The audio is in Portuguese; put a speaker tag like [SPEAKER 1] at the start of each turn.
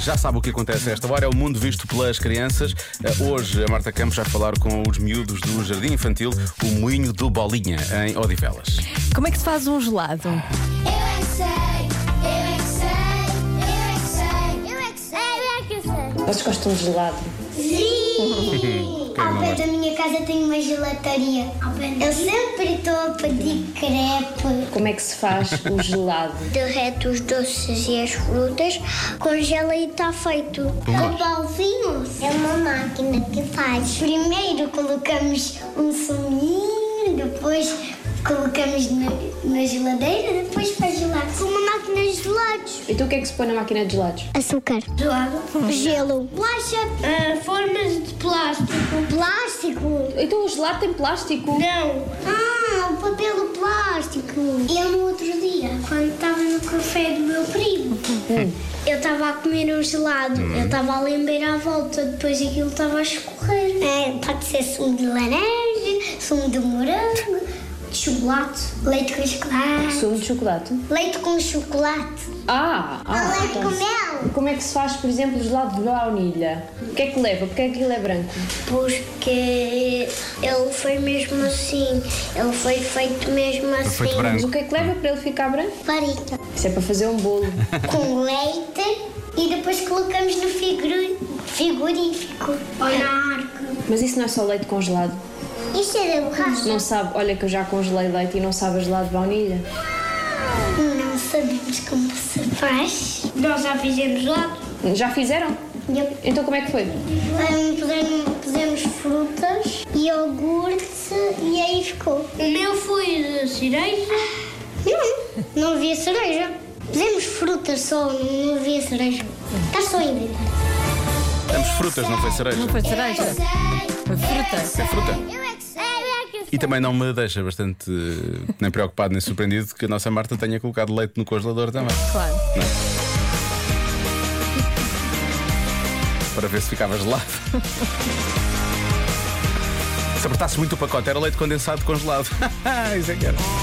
[SPEAKER 1] Já sabe o que acontece a esta hora, é o mundo visto pelas crianças. Eh, Hoje a Marta Campos vai falar com os miúdos do Jardim Infantil, o Moinho do Bolinha, em Odivelas.
[SPEAKER 2] Como é que se faz um gelado?
[SPEAKER 3] Eu é que sei, eu é que sei, eu é que sei, eu é que sei, eu é que sei.
[SPEAKER 4] Vocês gostam de gelado?
[SPEAKER 3] Sim! Ao pé da minha casa tem uma gelataria. Eu sempre estou a pedir crepe.
[SPEAKER 4] Como é que se faz o gelado?
[SPEAKER 3] Derrete os doces e as frutas, congela e está feito. O pauzinho é uma máquina que faz. Primeiro colocamos um suminho, depois colocamos na, na geladeira, depois faz gelado. Uma máquina de gelados.
[SPEAKER 4] Então o que é que se põe na máquina de gelados?
[SPEAKER 3] Açúcar. Gelo. Gelo. Plástico.
[SPEAKER 5] formas de plástico.
[SPEAKER 3] Plástico.
[SPEAKER 4] Então o gelado tem plástico?
[SPEAKER 5] Não.
[SPEAKER 3] Ah, o papel plástico. Eu no outro dia, quando estava no café do meu primo, eu estava a comer um gelado. Eu estava a lembrar à volta, depois aquilo estava a escorrer. É, pode ser sumo de laranja, sumo de morango, de chocolate, leite com chocolate.
[SPEAKER 4] Sumo de chocolate?
[SPEAKER 3] Leite com chocolate.
[SPEAKER 4] Ah! ah
[SPEAKER 3] leite é com mel.
[SPEAKER 4] Como é que se faz, por exemplo, o gelado de baunilha? O que é que leva? Porque é que ele é branco?
[SPEAKER 3] Porque ele foi mesmo assim. Ele foi feito mesmo assim.
[SPEAKER 1] feito branco.
[SPEAKER 4] Mas o que é que leva para ele ficar branco?
[SPEAKER 3] Parita.
[SPEAKER 4] Isso é para fazer um bolo.
[SPEAKER 3] Com leite e depois colocamos no figuri- frigorífico. Ou na arca.
[SPEAKER 4] Mas isso não é só leite congelado.
[SPEAKER 3] Isto é da borracha?
[SPEAKER 4] Não sabe, olha que eu já congelei leite e não sabe a gelado de baunilha.
[SPEAKER 3] Não sabemos como se faz.
[SPEAKER 5] Nós já fizemos gelado.
[SPEAKER 4] Já fizeram?
[SPEAKER 3] Yep.
[SPEAKER 4] Então como é que foi?
[SPEAKER 3] Hum, pusemos- Pusemos frutas, iogurte e aí ficou.
[SPEAKER 5] O meu foi de cereja.
[SPEAKER 3] Não, não havia cereja. Pusemos frutas só, não havia cereja. Está só a inventar.
[SPEAKER 1] Temos frutas, não foi
[SPEAKER 2] Não
[SPEAKER 1] cereja?
[SPEAKER 2] foi cereja? Foi fruta.
[SPEAKER 1] É fruta.
[SPEAKER 3] Eu é que sei, eu é que sei.
[SPEAKER 1] E também não me deixa bastante eh, nem preocupado nem surpreendido que a nossa Marta tenha colocado leite no congelador também, é?
[SPEAKER 2] Claro.
[SPEAKER 1] para ver se ficava gelado. Se apertasse muito o pacote, era leite condensado congelado. Isso é que era.